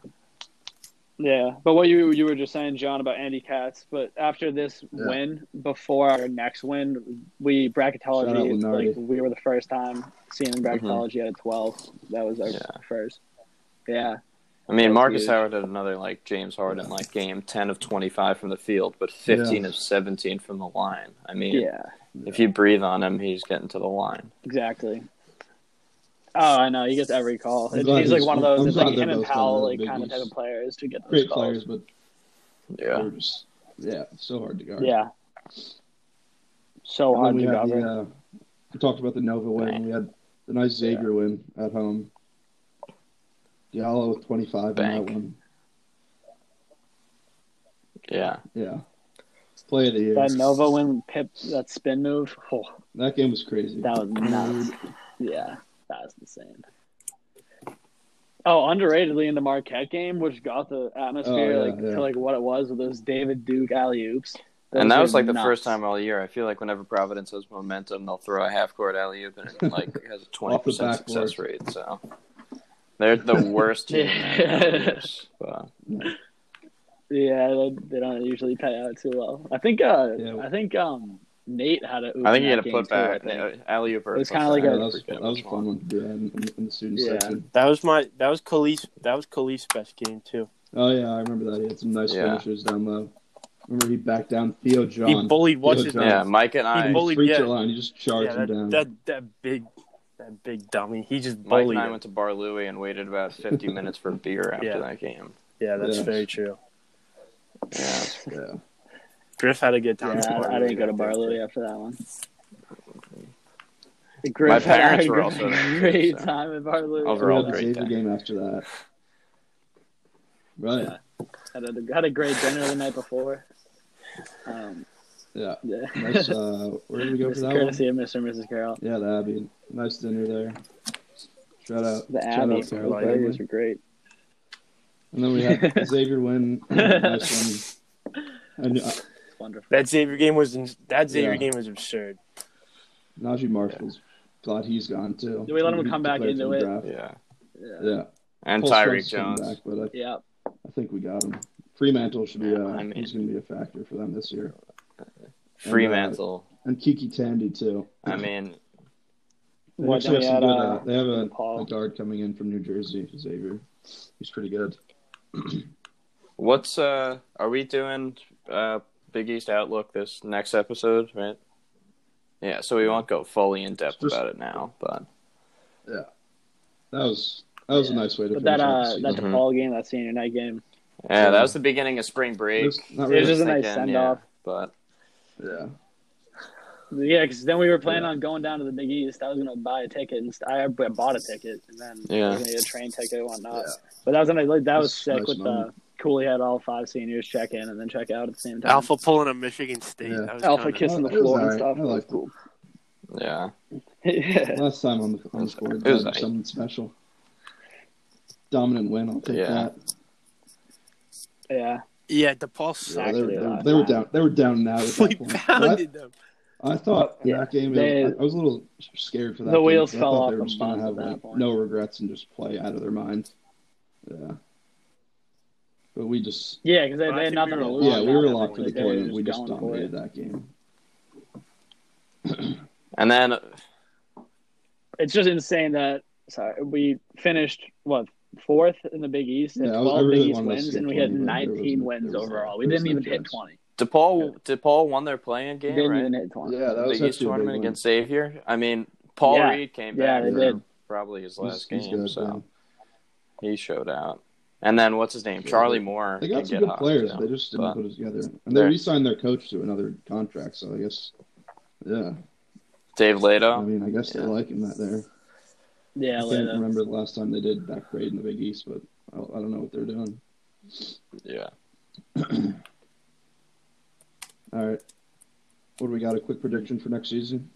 Yeah, but what you you were just saying, John, about Andy Katz. But after this Yeah. win, before our next win, we Shout out Mm-hmm. bracketology Lunardi. like we were the first time seeing bracketology at a twelve. That was our Yeah. first. Yeah, I mean That's Marcus huge. Howard had another like James Harden like game, ten of twenty five from the field, but fifteen of seventeen from the line. I mean, yeah, if you breathe on him, he's getting to the line. exactly. Oh, I know. He gets every call. I'm It's- glad he's like he's- one of those. I'm it's like glad him they're and both on Powell, the like Big kind of East. type of players to get those great calls. players, but Yeah. they're just yeah, so hard to guard. Yeah. So And then hard we to had cover. the, uh, we talked about the Nova win. Bang. We had the nice Xavier win at home. Diallo with 25 in Bank. that one. Yeah. Yeah. Play of the year. That That, Nova win, Pip, that spin move. Oh, game was crazy. that was nuts. Yeah, that was insane. Oh, underratedly in the Marquette game, which got the atmosphere Oh, yeah, like yeah. to like what it was with those David Duke alley oops. and that was like the first time all year. I feel like whenever Providence has momentum, they'll throw a half court alley oop and it like has a twenty percent backboard. success rate. So they're the worst team. in Yeah. alley-oops, but Yeah, they, they don't usually pay out too well. I think. uh Yeah. I think. um Nate had a. I think you had a to put back alley oop. It was kinda like Yeah, a- that was, that was a fun one to do in, in, in the student Yeah. section. That was my. That was Khalees. That was Khalees' best game too. Oh, yeah, I remember that. He had some nice Yeah. finishers down low. Remember he backed down Theo John. He bullied what's Good his job. name? Yeah, Mike and I. He bullied- free yeah. throw line. He just charged Yeah, him down. that, that that big that big dummy. He just Mike bullied. and I him. went to Bar Louie and waited about fifty minutes for beer after Yeah. that game. Yeah, that's Yeah. very true. Yeah, yeah. Griff had a good time. Yeah, at I, I Barlow. didn't go to Barlow after that one. My had a parents were great- <laughs> also there, great so. time at Barlow. We Overall, had the great Xavier day. game after that. Right. Yeah. Had a, had a great dinner the night before. Um, Yeah. yeah. Nice. <laughs> Uh, where did we go for Mr. that one? courtesy of Mr. and Mrs. Carroll. Yeah, the Abbey. Nice dinner there. Shout out. The Uh, shout Abbey out Carol like, Bailey. burgers were great. And then <laughs> we had Xavier win. nice one. And uh, It's wonderful. That Xavier game was ins- that Xavier Yeah. game was absurd. Najee Marshall's glad he's gone too. Do we let him He come back declared into for the it? draft. yeah. Yeah. Yeah. And Paul Tyreek Scott's coming Jones. Back, but I, Yeah. I think we got him. Fremantle should be. Yeah, Uh, I mean- he's going to be a factor for them this year. Fremantle. And Kiki Tandy too. I mean, They What, actually then have we some had, good, uh, uh, they have a, Paul. a guard coming in from New Jersey, Xavier. He's pretty good. what's uh are we doing uh Big East Outlook this next episode, right? Yeah, so we won't go fully in depth Just- about it now, but That was that was Yeah. a nice way to. But finish that out the uh, that season. Mhm. DePaul game, that senior night game, yeah, that was the beginning of spring break. It's It was not really- just a nice Again, send-off. yeah, but yeah. yeah, because then we were planning Yeah. on going down to the Big East. I was gonna buy a ticket, and st- I b- bought a ticket, and then Yeah. I was gonna get a train ticket and whatnot. Yeah. But that was a nice- like that was sick That's a nice with the moment. Cooley had all five seniors check in and then check out at the same time. Alpha pulling a Michigan State. Yeah. That was Alpha kinda- kissing the Oh, It was floor and alright. stuff. I liked it. cool. yeah. <laughs> yeah. Last time on the on the score, It was did nice. something special. Dominant win, I'll take Yeah. that. Yeah. Yeah, DePaul Yeah, sucked. they, were, Exactly they, were, that. they were down. They were down now. At we that point. <laughs> pounded them. I, I thought in Yeah, that game. they- I, I was a little scared for that. The game, wheels 'cause I fell thought off They were the just gonna bus have at that like, point. no regrets and just play out of their mind. Yeah, but we just Yeah, because they, I they had think nothing we to were- lose. yeah at we were that locked for point. the They were game. We just going for it. dominated that game. And then uh, It's just insane that sorry we finished what fourth in the Big East and Yeah, I- I twelve really Big East wanted us to wins, get and we had 20, but there was nineteen no- wins there was no- overall. We there was didn't no even hit chance. twenty. DePaul DePaul won their playing game, didn't right? even hit twenty. Yeah, that was the East actually a big tournament win. against Xavier. I mean, Paul Yeah. Reed came Yeah, back they for did. probably his He's- last he's game, good, so man. he showed out. And then what's his name? Yeah, Charlie Moore. They can got some get good hot, players. too. They just didn't but- put it together. And they They're- re-signed their coach to another contract. So I guess, yeah. Dave I Lato. mean, I guess yeah. they like him that there. Yeah, I can't Leda. remember the last time they did that great in the Big East, but I, I don't know what they're doing. Yeah. All right, what do we got? A quick prediction for next season,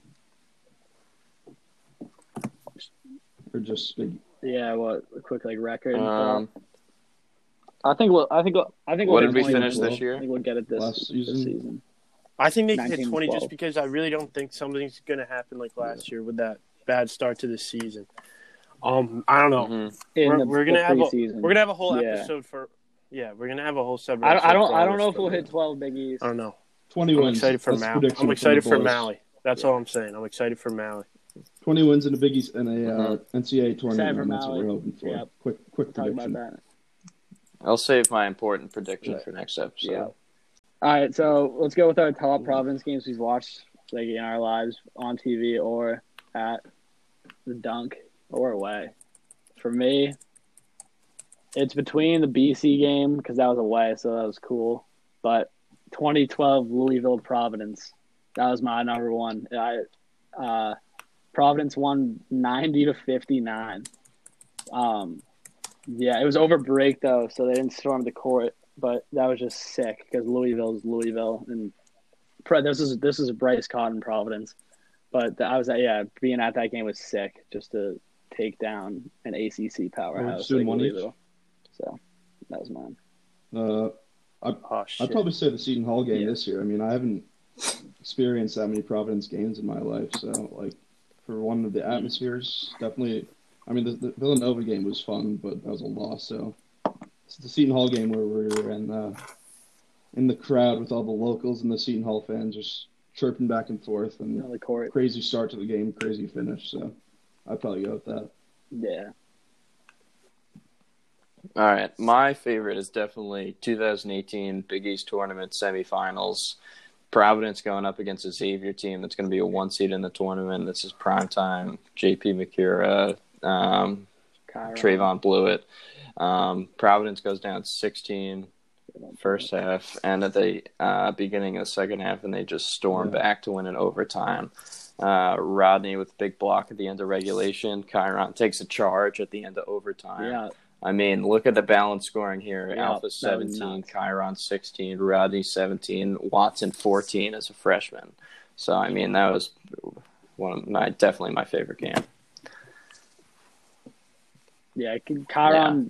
or just big? yeah. What a quick like record? Um, I think we'll. I think. We'll, I think. what we'll hit did we 20 finish overall. this year? I think we'll get it this, Last this season? season. I think they can hit 19, 20 just 12. because I really don't think something's going to happen like last year with that bad start to the season. Um, I don't know. Mhm. In We're- the, we're gonna the have a- preseason. We're gonna have a whole Yeah. episode for. Yeah, we're gonna have a whole separate. I don't. I episode don't, for I all don't this, know if we'll but hit twelve Big East. I don't know. 20 I'm wins. excited for That's Maui. prediction I'm the excited for boys. Maui. That's all I'm saying. I'm excited for Maui. Twenty wins in the Big East and a uh, NCAA Excited tournament. for and That's what Maui. we're hoping for. Yep. Quick, quick Talk about prediction. that. I'll save my important prediction Yeah. for next episode. Yeah. All right, so let's go with our top province games we've watched like in our lives on TV or at the dunk or away. For me, it's between the BC game because that was away, so that was cool. But 2012 Louisville Providence, that was my number one. I uh, Providence won 90 to 59. Um, yeah, it was over break though, so they didn't storm the court but that was just sick because Louisville is Louisville, and Pre- this is this is Bryce Cotton Providence. But the- I was at, yeah, being at that game was sick just to take down an ACC powerhouse doing like one each? Louisville. So that was mine. Uh, Oh shit! I'd probably say the Seton Hall game Yeah. this year. I mean, I haven't experienced that many Providence games in my life, so like for one of the atmospheres, definitely. I mean, the, the Villanova game was fun, but that was a loss. So it's the Seton Hall game where we were in uh, in the crowd with all the locals and the Seton Hall fans just chirping back and forth, and On the court, crazy start to the game, crazy finish. So I'd probably go with that. yeah, All right. My favorite is definitely 2018 Big East tournament semifinals. Providence going up against a Xavier team that's going to be a one seed in the tournament. This is prime time. JP McCura, um, Kyron. Trayvon Blewett. Um, Providence goes down 16 first half, and at the uh, beginning of the second half, and they just storm Yeah. back to win in overtime. Uh, Rodney with big block at the end of regulation. Chiron takes a charge at the end of overtime. Yeah, I mean, look at the balance scoring here. Yeah, that Alpha was 17, nuts. Chiron 16, Rodney 17, Watson 14 as a freshman. So, I mean, that was one of my definitely my favorite game. yeah. Kyron.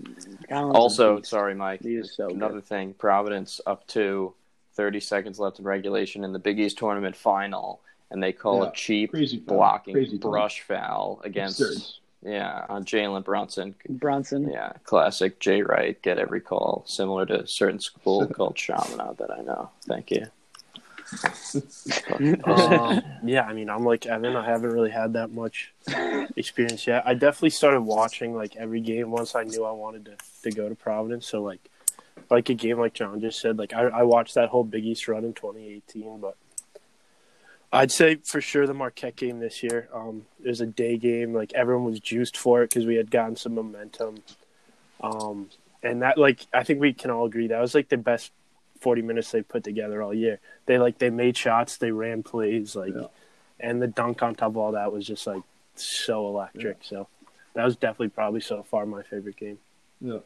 Kyron's a Also, beast. sorry, Mike, he is so another good. thing Providence up to 30 seconds left in regulation in the Big East tournament final, and they call Yeah, a cheap Crazy foul, blocking crazy foul. brush foul against, Absurd. yeah, on Jalen Brunson. Brunson. Yeah, classic Jay Wright, get every call, similar to a certain <laughs> school called Chaminade that I know. Thank you. um, yeah, I mean, I'm like Evan. I haven't really had that much experience yet. I definitely started watching like every game once I knew I wanted to, to go to Providence. So like, like a game like John just said, like I, I watched that whole Big East run in 2018. But I'd say for sure the Marquette game this year. Um, it was a day game. Like everyone was juiced for it because we had gotten some momentum. Um, and that like I think we can all agree that was like the best 40 minutes they put together all year they like they made shots, they ran plays, like, Yeah. and the dunk on top of all that was just like so electric. So that was definitely probably so far my favorite game. Yeah.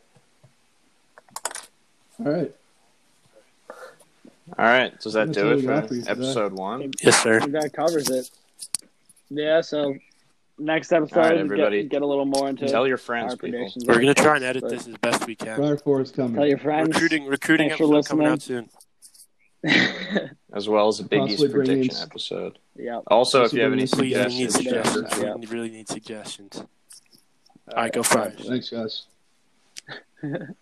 All right. All right, does that That's do all it we for got for you today. episode one? Yes, sir. I think that covers it. Yeah, so next episode, All right, everybody. get, get a little more into Tell your our friends, people. predictions. We're gonna try and edit But this as best we can. Friar Four is coming. Tell your friends. <laughs> Recruiting, recruiting Thanks for episode coming out soon. as well as a Big East Possibly bring in prediction s- episode. yeah. Also, if Possibly you have bring any in some Please, we need suggestions, suggestions. suggestions. Yeah. We really need suggestions. All right, go Friars. Thanks, guys.